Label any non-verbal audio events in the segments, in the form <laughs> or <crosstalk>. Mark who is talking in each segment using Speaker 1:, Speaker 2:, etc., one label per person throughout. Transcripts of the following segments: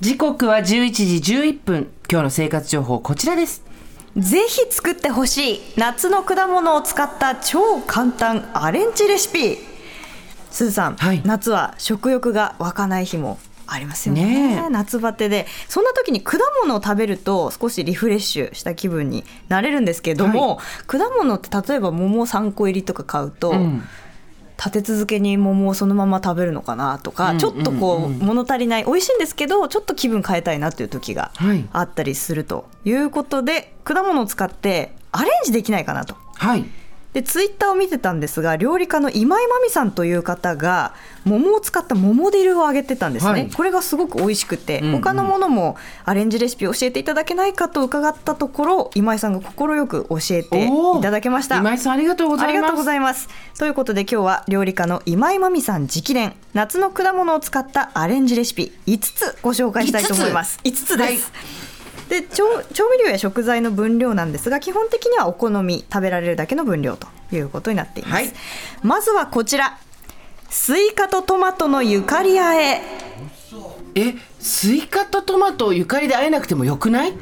Speaker 1: 時刻は11時11分今日の生活情報こちらです
Speaker 2: ぜひ作ってほしい夏の果物を使った超簡単アレンジレシピすずさん、
Speaker 1: はい
Speaker 2: 夏は食欲が湧かない日もありますよね
Speaker 1: ねえ
Speaker 2: 夏バテでそんな時に果物を食べると少しリフレッシュした気分になれるんですけれども、果物って例えば桃3個入りとか買うと、
Speaker 1: ん
Speaker 2: 立て続けに桃をそのまま食べるのかなとか、
Speaker 1: うん
Speaker 2: ちょっとこう、
Speaker 1: うんうん
Speaker 2: 物足りない美味しいんですけどちょっと気分変えたいなという時が
Speaker 1: はい
Speaker 2: あったりするということで果物を使ってアレンジできないかなと。
Speaker 1: はい
Speaker 2: でツイッターを見てたんですが料理家の今井真美さんという方が桃を使った桃汁を揚げてたんですね、
Speaker 1: はい
Speaker 2: これがすごく美味しくて、
Speaker 1: うんうん
Speaker 2: 他のものもアレンジレシピを教えていただけないかと伺ったところ今井さんが快く教えていただけました
Speaker 1: 今井さんありがとうございます
Speaker 2: ありがとうございます。ということで今日は料理家の今井真美さん直伝夏の果物を使ったアレンジレシピ5つご紹介したいと思います。5つです。で調調味料や食材の分量なんですが基本的にはお好み食べられるだけの分量ということになっています、
Speaker 1: はい
Speaker 2: まずはこちらスイカとトマトのゆかりあえ
Speaker 1: えスイカとトマトをゆかりで会えなくてもよくない、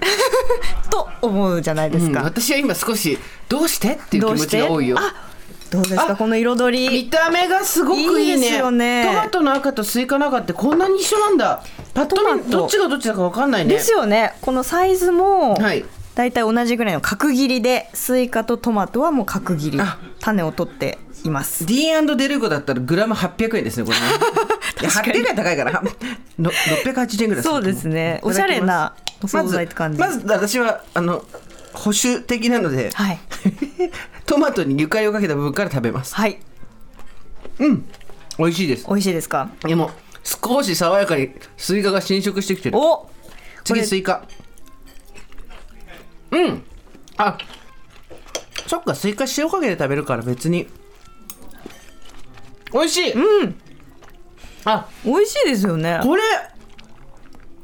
Speaker 2: と思うじゃないです
Speaker 1: うん
Speaker 2: か、
Speaker 1: 私は今少しどうしてっていう
Speaker 2: ど
Speaker 1: 気
Speaker 2: う
Speaker 1: 持
Speaker 2: し
Speaker 1: ち
Speaker 2: て
Speaker 1: が多いよ
Speaker 2: あどうですか
Speaker 1: あ
Speaker 2: この彩り
Speaker 1: 見た目がすごくいいね
Speaker 2: いいですよね
Speaker 1: トマトの赤とスイカの赤ってこんなに一緒なんだパッと
Speaker 2: トマ
Speaker 1: 見
Speaker 2: ト
Speaker 1: どっちがどっちだかわかんないね
Speaker 2: ですよねこのサイズも、
Speaker 1: はい
Speaker 2: だいたい同じぐらいの角切りでスイカとトマトはもう角切り
Speaker 1: あ
Speaker 2: 種を取っています。
Speaker 1: D& デルゴだったらグラム800円ですねこれ
Speaker 2: <laughs>
Speaker 1: ねいや800円は高いからの680円ぐらいる
Speaker 2: そうですね
Speaker 1: いただきます
Speaker 2: おしゃれなお惣菜って感じ
Speaker 1: まずまず私はあの保守的なので、
Speaker 2: はい
Speaker 1: トマトにゆかりをかけた部分から食べます
Speaker 2: はい
Speaker 1: 美味しいです
Speaker 2: 美味しいですか。
Speaker 1: でも少し爽やかにスイカが侵食してきてる
Speaker 2: おこ
Speaker 1: 次
Speaker 2: れ
Speaker 1: スイカうんあそっかスイカ塩かけて食べるから別に美味しいうんあ
Speaker 2: 美味しいですよね。
Speaker 1: これ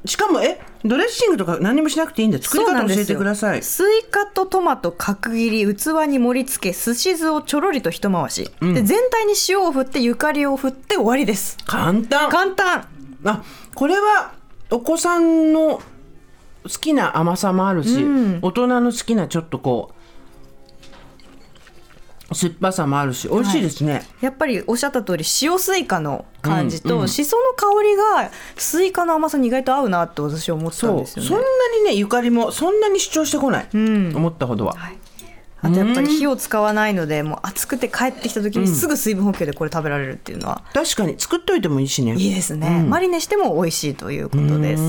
Speaker 1: しかもえドレッシングとか何もしなくていいんだ作り
Speaker 2: そうな
Speaker 1: 方
Speaker 2: んで
Speaker 1: 教え
Speaker 2: す
Speaker 1: て
Speaker 2: よ
Speaker 1: ください
Speaker 2: スイカとトマト角切り器に盛り付けすし酢をちょろりと一回し、で全体に塩を振ってゆかりを振って終わりです
Speaker 1: 簡単
Speaker 2: 簡単
Speaker 1: あこれはお子さんの好きな甘さもあるし、大人の好きなちょっとこう酸っぱさもあるし美味しいですね、
Speaker 2: やっぱりおっしゃった通り塩スイカの感じと、しその香りがスイカの甘さに意外と合うなって私は思ったん
Speaker 1: そう
Speaker 2: ですよ
Speaker 1: そんな
Speaker 2: ね。
Speaker 1: にねゆかりもそんなに主張してこない、思ったほどは、
Speaker 2: あとやっぱり火を使わないのでもう暑くて帰ってきた時にすぐ水分補給でこれ食べられるっていうのは
Speaker 1: 確かに作っといてもいいしね
Speaker 2: いいですね、マリネしても美味しいということです、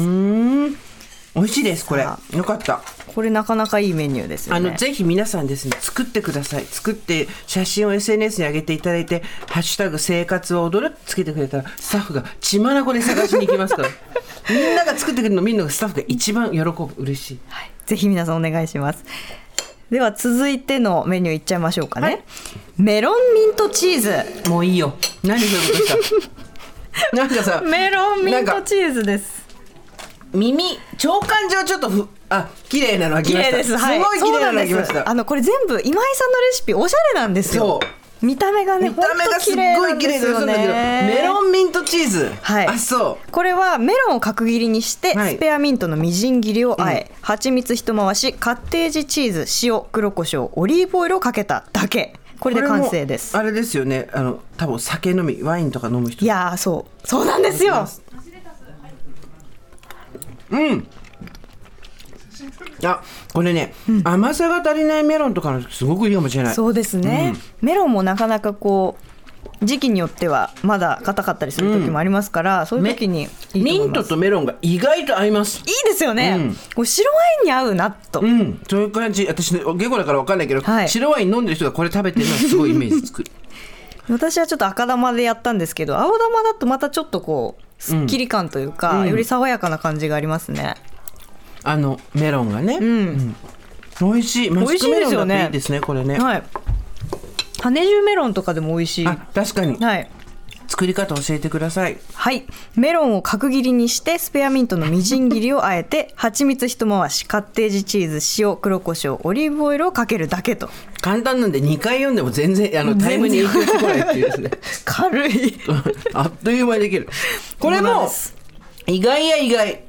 Speaker 1: 美味しいですこれ
Speaker 2: さ
Speaker 1: よかった
Speaker 2: これなかなかいいメニューですよ
Speaker 1: あ
Speaker 2: ね
Speaker 1: のぜひ皆さんですね作ってください作って写真を SNS に上げていただいて「ハッシュタグ生活を踊る」つけてくれたらスタッフが血まなこで探しに行きます
Speaker 2: <laughs>
Speaker 1: からみんなが作ってくれるの見るのがスタッフが一番喜ぶ嬉しい
Speaker 2: はいぜひ皆さんお願いしますでは続いてのメニューいっちゃいましょうかね、
Speaker 1: はい
Speaker 2: メロンミントチーズ
Speaker 1: もういいよ何そういうことしたなんかさ
Speaker 2: メロンミン
Speaker 1: な
Speaker 2: ト
Speaker 1: んか
Speaker 2: チーズです
Speaker 1: 耳長官上ちょっとふあ綺麗なのが来
Speaker 2: 綺
Speaker 1: ました
Speaker 2: 麗です。はい。
Speaker 1: ごい綺麗なのが来まし
Speaker 2: そうなんです
Speaker 1: た
Speaker 2: あのこれ全部今井さんのレシピおしゃれなんですよ
Speaker 1: そ。
Speaker 2: 見た目がね、
Speaker 1: 見た目がすっごい綺麗だ
Speaker 2: ほんと綺麗なん
Speaker 1: だけどメ
Speaker 2: ン。
Speaker 1: ロンミントチーズ
Speaker 2: はい。
Speaker 1: あそう
Speaker 2: これはメロンを角切りにして、
Speaker 1: はい
Speaker 2: スペアミントのみじん切りをあえ、蜂蜜一回し、カッテージチーズ、塩、黒胡椒、オリーブオイルをかけただけ。これで完成です
Speaker 1: こ。れもあれですよね。あの多分酒飲みワインとか飲む人。
Speaker 2: いやー、そう、そうなんですよ。
Speaker 1: あこれね、甘さが足りないメロンとかのすごくいいかもしれない。
Speaker 2: そうですね、メロンもなかなかこう時期によってはまだ硬かったりする時もありますから、そういう時にいいと思います
Speaker 1: ミントとメロンが意外と合います。
Speaker 2: いいですよね、
Speaker 1: うん
Speaker 2: こう白ワインに合うなと、
Speaker 1: うん、そういう感じ。私ね、ゲコだからわかんないけど、
Speaker 2: はい
Speaker 1: 白ワイン飲んでる人がこれ食べてるのはすごいイメージつ <laughs> く。
Speaker 2: 私はちょっと赤玉でやったんですけど青玉だとまたちょっとこうすっきり感というか、より爽やかな感じがありますね、
Speaker 1: あのメロンがね、うん美味しい。マスクメロンだっていいですね。これね。
Speaker 2: はい種重メロンとかでも美味しい
Speaker 1: あ確かに
Speaker 2: はい
Speaker 1: 作り方教えてください。
Speaker 2: はい、メロンを角切りにしてスペアミントのみじん切りをあえて蜂蜜一回しカッテージチーズ塩黒胡椒オリーブオイルをかけるだけと
Speaker 1: 簡単なんで2回読んでも全然あのタイムに影響してこないっていうです <laughs> ね。
Speaker 2: 軽い <laughs>
Speaker 1: あっという間にできる。これ
Speaker 2: そうなん
Speaker 1: も
Speaker 2: です
Speaker 1: 意外や意外。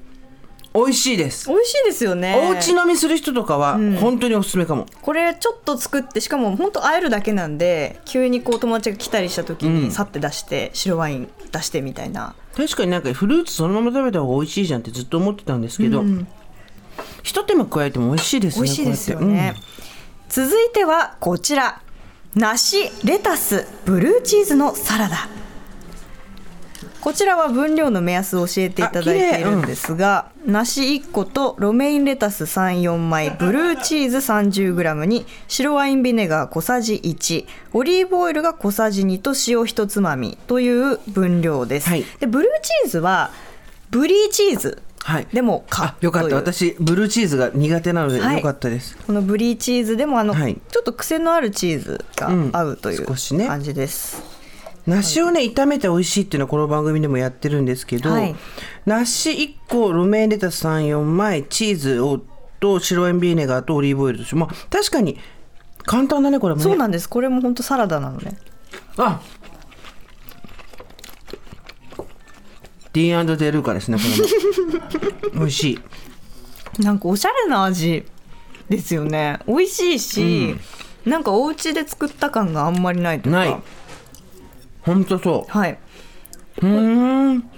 Speaker 1: 美味しいです
Speaker 2: 美味しいですよね
Speaker 1: おうち飲みする人とかは本当におすすめかも、
Speaker 2: これちょっと作ってしかも本当会えるだけなんで急にこう友達が来たりした時にさって出して、白ワイン出してみたいな
Speaker 1: 確かになんかフルーツそのまま食べた方が美味しいじゃんってずっと思ってたんですけど、ひと手間加えても美味しいですね
Speaker 2: 美味しいですよね、続いてはこちら梨レタスブルーチーズのサラダこちらは分量の目安を教えていただいているんですが、梨1個とロメインレタス34枚ブルーチーズ 30g に白ワインビネガー小さじ1オリーブオイルが小さじ2と塩ひとつまみという分量です、
Speaker 1: はい
Speaker 2: でブルーチーズはブリーチーズ
Speaker 1: はい
Speaker 2: でもか
Speaker 1: あよかっ
Speaker 2: とい
Speaker 1: た
Speaker 2: う
Speaker 1: 私ブルーチーズが苦手なので
Speaker 2: はい
Speaker 1: よかったです、
Speaker 2: このブリーチーズでもあの、
Speaker 1: はい
Speaker 2: ちょっと癖のあるチーズが
Speaker 1: うん
Speaker 2: 合うという
Speaker 1: 少しね
Speaker 2: 感じです、
Speaker 1: 梨をね炒めて美味しいっていうのはこの番組でもやってるんですけど、
Speaker 2: はい
Speaker 1: 梨1個ロメインレタス34枚チーズをと白エンビーネガーとオリーブオイルとしまあ確かに簡単だねこれもね
Speaker 2: そうなんですこれも本当サラダなのね
Speaker 1: あディーンデルーカですねこ
Speaker 2: <laughs>
Speaker 1: れも美味しい
Speaker 2: なんかおしゃれな味ですよね美味しいし、なんかお家で作った感があんまりないというか
Speaker 1: ないほんとそ
Speaker 2: はいう
Speaker 1: うーん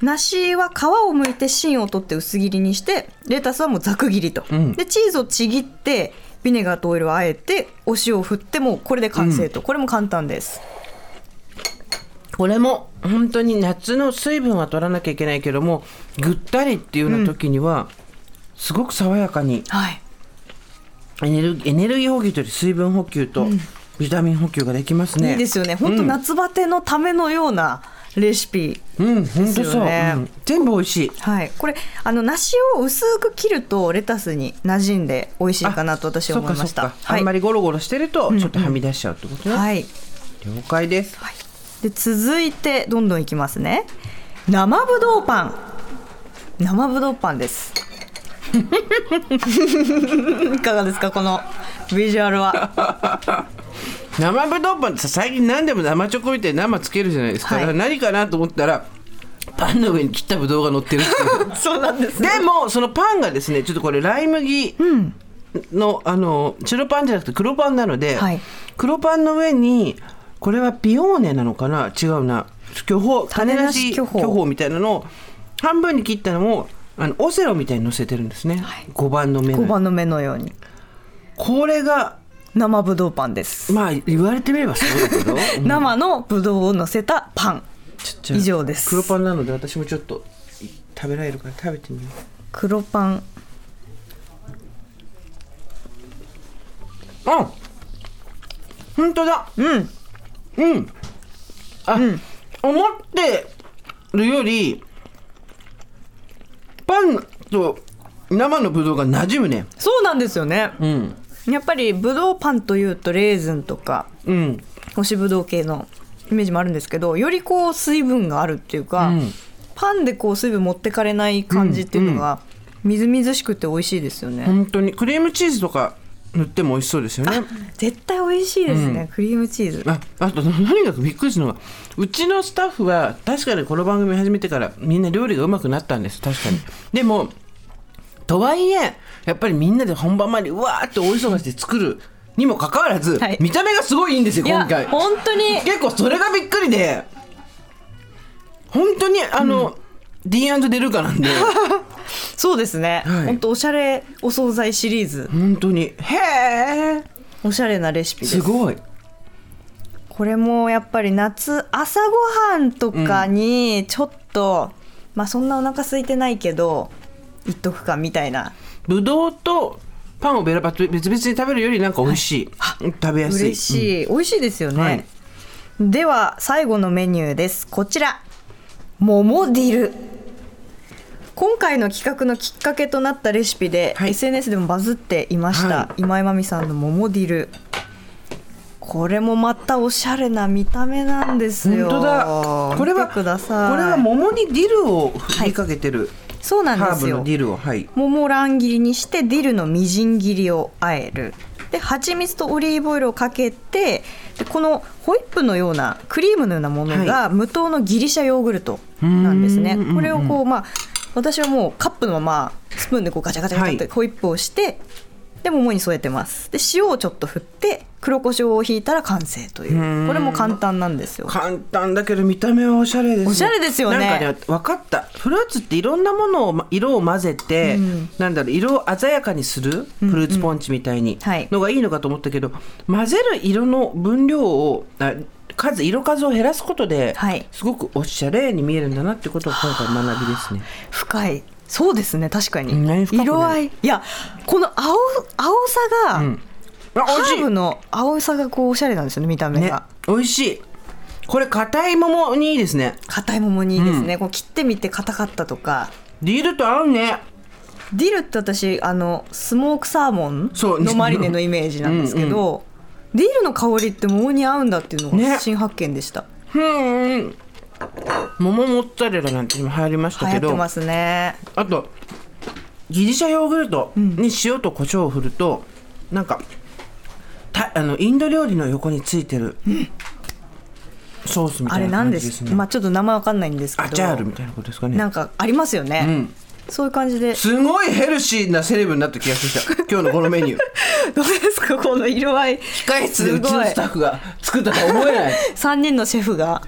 Speaker 2: 梨は皮を剥いて芯を取って薄切りにしてレタスはもうざく切りと、
Speaker 1: ん
Speaker 2: でチーズをちぎってビネガーとオイルをあえてお塩を振ってもうこれで完成と、これも簡単です
Speaker 1: これも本当に夏の水分は取らなきゃいけないけどもぐったりっていうような時には、すごく爽やかに
Speaker 2: はい
Speaker 1: エネルギーエネルギー補給というより水分補給とビタミン補給ができますね。
Speaker 2: いいですよね本当夏バテのためのようなレシピ、
Speaker 1: うん、本当
Speaker 2: です
Speaker 1: そう、
Speaker 2: よね
Speaker 1: うん全部美味しい。
Speaker 2: はいこれあの梨を薄く切るとレタスに馴染んで美味しいかなと私は思いまし
Speaker 1: そ
Speaker 2: た
Speaker 1: っかそっか
Speaker 2: はい
Speaker 1: あんまりゴロゴロしてるとちょっとはみ出しちゃうってことね。
Speaker 2: はい
Speaker 1: 了解です。
Speaker 2: で続いてどんどんいきますね生ぶどうパン生ぶどうパンです <laughs> いかがですかこのビジュアル
Speaker 1: <laughs>
Speaker 2: は
Speaker 1: 生ぶどうパンってさ最近何でも生チョコみたいに生つけるじゃないですか。
Speaker 2: はい
Speaker 1: だから何かなと思ったらパンの上に切ったぶどうが乗ってるっていう。
Speaker 2: そうなんです
Speaker 1: でもそのパンがですねちょっとこれライ麦の,、あの白パンじゃなくて黒パンなので、
Speaker 2: はい
Speaker 1: 黒パンの上にこれはピオーネなのかな違うな巨峰種なし
Speaker 2: 種なし巨
Speaker 1: 巨
Speaker 2: 峰
Speaker 1: 峰みたいなのを半分に切ったのをあのオセロみたいに乗せてるんですね、5番の目
Speaker 2: 5
Speaker 1: の
Speaker 2: 番の目のように
Speaker 1: これが
Speaker 2: 生ぶどうパンです
Speaker 1: まあ言われてみればそうだけ
Speaker 2: <laughs>
Speaker 1: ど、うん
Speaker 2: 生のぶどうを乗せたパン
Speaker 1: ちょじゃあ
Speaker 2: 以上です
Speaker 1: 黒パンなので私もちょっと食べられるから食べてみよ
Speaker 2: 黒パン
Speaker 1: ううん本当だ
Speaker 2: うん
Speaker 1: うん。あ、思ってるより、パンと生のぶどうが馴染むね。
Speaker 2: そうなんですよね
Speaker 1: うん。
Speaker 2: やっぱりぶどうパンというとレーズンとか
Speaker 1: うん。
Speaker 2: 干しぶどう系のイメージもあるんですけどよりこう水分があるっていうか、
Speaker 1: うん
Speaker 2: パンでこう水分持ってかれない感じっていうのが、みずみずしくて美味しいですよね、
Speaker 1: 本当に。クリームチーズとか塗っても美味しそうですよね。
Speaker 2: 絶対美味しいですね、クリームチーズ
Speaker 1: ああと <laughs> 何がびっくりしたのはうちのスタッフは確かにこの番組始めてからみんな料理がうまくなったんです確かにでもとはいえやっぱりみんなで本番までうわーって大忙しで作るにもかかわらず、
Speaker 2: はい
Speaker 1: 見た目がすごいいいんですよ
Speaker 2: いや
Speaker 1: 今回
Speaker 2: 本当に
Speaker 1: 結構それがびっくりで本当にあの、D& デルカ
Speaker 2: <laughs>
Speaker 1: なんで
Speaker 2: そうですね、
Speaker 1: はい
Speaker 2: 本当おしゃれお惣菜シリーズ
Speaker 1: 本当にへえ
Speaker 2: おしゃれなレシピです
Speaker 1: すごい
Speaker 2: これもやっぱり夏朝ごはんとかにちょっと、まあそんなお腹空いてないけどいっとくかみたいな
Speaker 1: ぶどうとパンをべらば別々に食べるよりなんか美味しい、食べやすい
Speaker 2: 嬉しい、美味しいですよね、
Speaker 1: はい
Speaker 2: では最後のメニューですこちら桃ディル今回の企画のきっかけとなったレシピで、
Speaker 1: はい
Speaker 2: SNS でもバズっていました、
Speaker 1: は
Speaker 2: 今井真美さんの桃ディルこれもまたおしゃれな見た目なんです
Speaker 1: 本
Speaker 2: よ
Speaker 1: 当だこれは
Speaker 2: 見てください
Speaker 1: これは桃にディルを振りかけてる、
Speaker 2: そうなん
Speaker 1: ハ
Speaker 2: で
Speaker 1: ー
Speaker 2: す
Speaker 1: ブ
Speaker 2: よ
Speaker 1: のディルをはい
Speaker 2: 桃を乱切りにしてディルのみじん切りをあえるで蜂蜜とオリーブオイルをかけてでこのホイップのようなクリームのようなものが無糖のギリシャヨーグルトなんですね、
Speaker 1: うーん
Speaker 2: これをこうまあ私はもうカップのままスプーンでこうガチャガチャガチャってホイップをして、で桃に添えてますで塩をちょっと振って黒胡椒をひいたら完成というこれも簡単なんですよ
Speaker 1: 簡単だけど見た目はおしゃれですね
Speaker 2: おしゃれですよね
Speaker 1: なんかね分かったフルーツっていろんなものをま色を混ぜて、なんだろう色を鮮やかにするフルーツポンチみたいに
Speaker 2: はい
Speaker 1: のがいいのかと思ったけど、混ぜる色の分量をあ数色数を減らすことで、
Speaker 2: はい
Speaker 1: すごくおしゃれに見えるんだなってことを今回学びですね。
Speaker 2: 深いそうですね確かに、
Speaker 1: ね深くね
Speaker 2: 色合いいやこの青青さが、
Speaker 1: あ美味
Speaker 2: ハ
Speaker 1: し
Speaker 2: ーブの青さがこうおしゃれなんですよね見た
Speaker 1: い、
Speaker 2: 目
Speaker 1: ね
Speaker 2: が、、
Speaker 1: 美味しいこれ硬い桃にいいですね
Speaker 2: 硬い桃にいいですね、こう切ってみて硬かったとか
Speaker 1: ディールと合うね
Speaker 2: ディルって私あのスモークサーモン
Speaker 1: そう
Speaker 2: のマリネのイメージなんですけどディルの香りって桃に合うんだっていうのが
Speaker 1: ね
Speaker 2: 新発見でした、
Speaker 1: うん桃モッツァレラなんて今流行りまし
Speaker 2: 流
Speaker 1: た
Speaker 2: 行
Speaker 1: け
Speaker 2: っ
Speaker 1: ど
Speaker 2: てますね
Speaker 1: あとギリシャヨーグルトに塩と胡椒を振ると、なんかたあのインド料理の横についてるソースみ
Speaker 2: あ
Speaker 1: たい
Speaker 2: れ
Speaker 1: な
Speaker 2: なん
Speaker 1: 感じ
Speaker 2: で
Speaker 1: ですすね
Speaker 2: まあちょっと名前わかんないんですけど
Speaker 1: アチャールみたいなことですかね
Speaker 2: なんかありますよね、
Speaker 1: ん
Speaker 2: そういう感じ
Speaker 1: <laughs>
Speaker 2: で
Speaker 1: すごいヘルシーなセレブになった気がしてきた今日のこのメ
Speaker 2: <laughs>
Speaker 1: ニュー
Speaker 2: どうですかこの色合い
Speaker 1: 控室でうちのスタッフが作ったとは思えない
Speaker 2: 3人のシェフが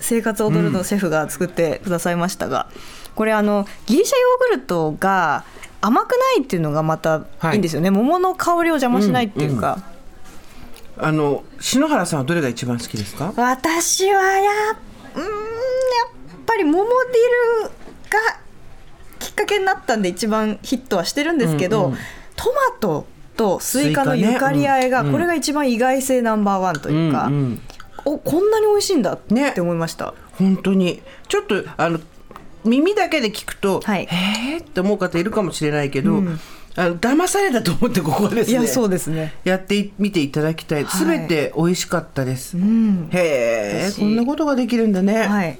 Speaker 2: 生活踊るのシェフが作ってくださいましたが、これあのギリシャヨーグルトが甘くないっていうのがまた
Speaker 1: はい
Speaker 2: いいんですよね、桃の香りを邪魔しないっていうか、
Speaker 1: あの篠原さんはどれが一番好きですか
Speaker 2: 私はやうーんやっぱり桃ディルがきっかけになったんで一番ヒットはしてるんですけど、トマトとスイカの
Speaker 1: スイカね
Speaker 2: ゆかり合いが、
Speaker 1: うん
Speaker 2: これが一番意外性ナンバーワンというか、
Speaker 1: うんうん
Speaker 2: おこんなに美味しいんだっ
Speaker 1: ね
Speaker 2: て思いました。
Speaker 1: 本当にちょっとあの耳だけで聞くと、
Speaker 2: はい
Speaker 1: へーって思う方いるかもしれないけど、あの騙されたと思ってここはですね
Speaker 2: いやそうですね。
Speaker 1: やってみていただきたい
Speaker 2: はい
Speaker 1: すべ、て美味しかったです、
Speaker 2: ん
Speaker 1: へえ
Speaker 2: 嬉しい
Speaker 1: こんなことができるんだね、
Speaker 2: はい。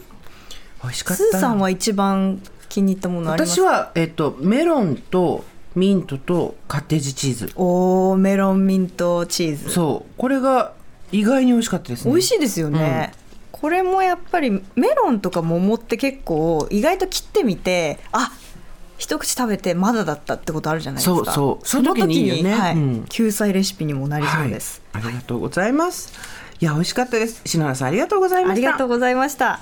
Speaker 1: 美味しかった
Speaker 2: スーさんは一番気に入ったものあります
Speaker 1: 私
Speaker 2: か。
Speaker 1: は、えっと、メロンとミントとカッテージチーズ
Speaker 2: おーメロンミントチーズ。
Speaker 1: そうこれが意外に美味しかったですね
Speaker 2: 美味しいですよね。これもやっぱりメロンとか桃って結構意外と切ってみてあ一口食べてまだだったってことあるじゃないですか。
Speaker 1: そうそう
Speaker 2: その時
Speaker 1: その時にいい
Speaker 2: に
Speaker 1: よね
Speaker 2: はい
Speaker 1: うん
Speaker 2: 救済レシピにもなりそうです。
Speaker 1: はい、ありがとうございますいや美味しかったです篠原さんありがとうございま
Speaker 2: あ
Speaker 1: し
Speaker 2: り
Speaker 1: た
Speaker 2: がとうございました。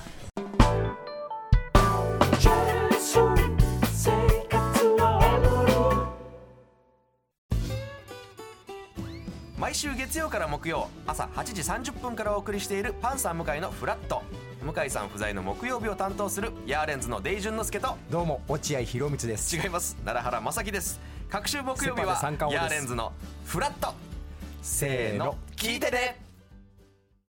Speaker 3: 毎週月曜から木曜朝8時30分からお送りしているパンサー向井のフラット向井さん不在の木曜日を担当するヤーレンズのデイジュンの之介と
Speaker 4: どうも落合博満です
Speaker 3: 違います奈良原正樹です各週木曜日は
Speaker 4: セパで三冠王
Speaker 3: ヤー
Speaker 4: です
Speaker 3: レンズのフラット
Speaker 4: せ
Speaker 3: せーの聞いてね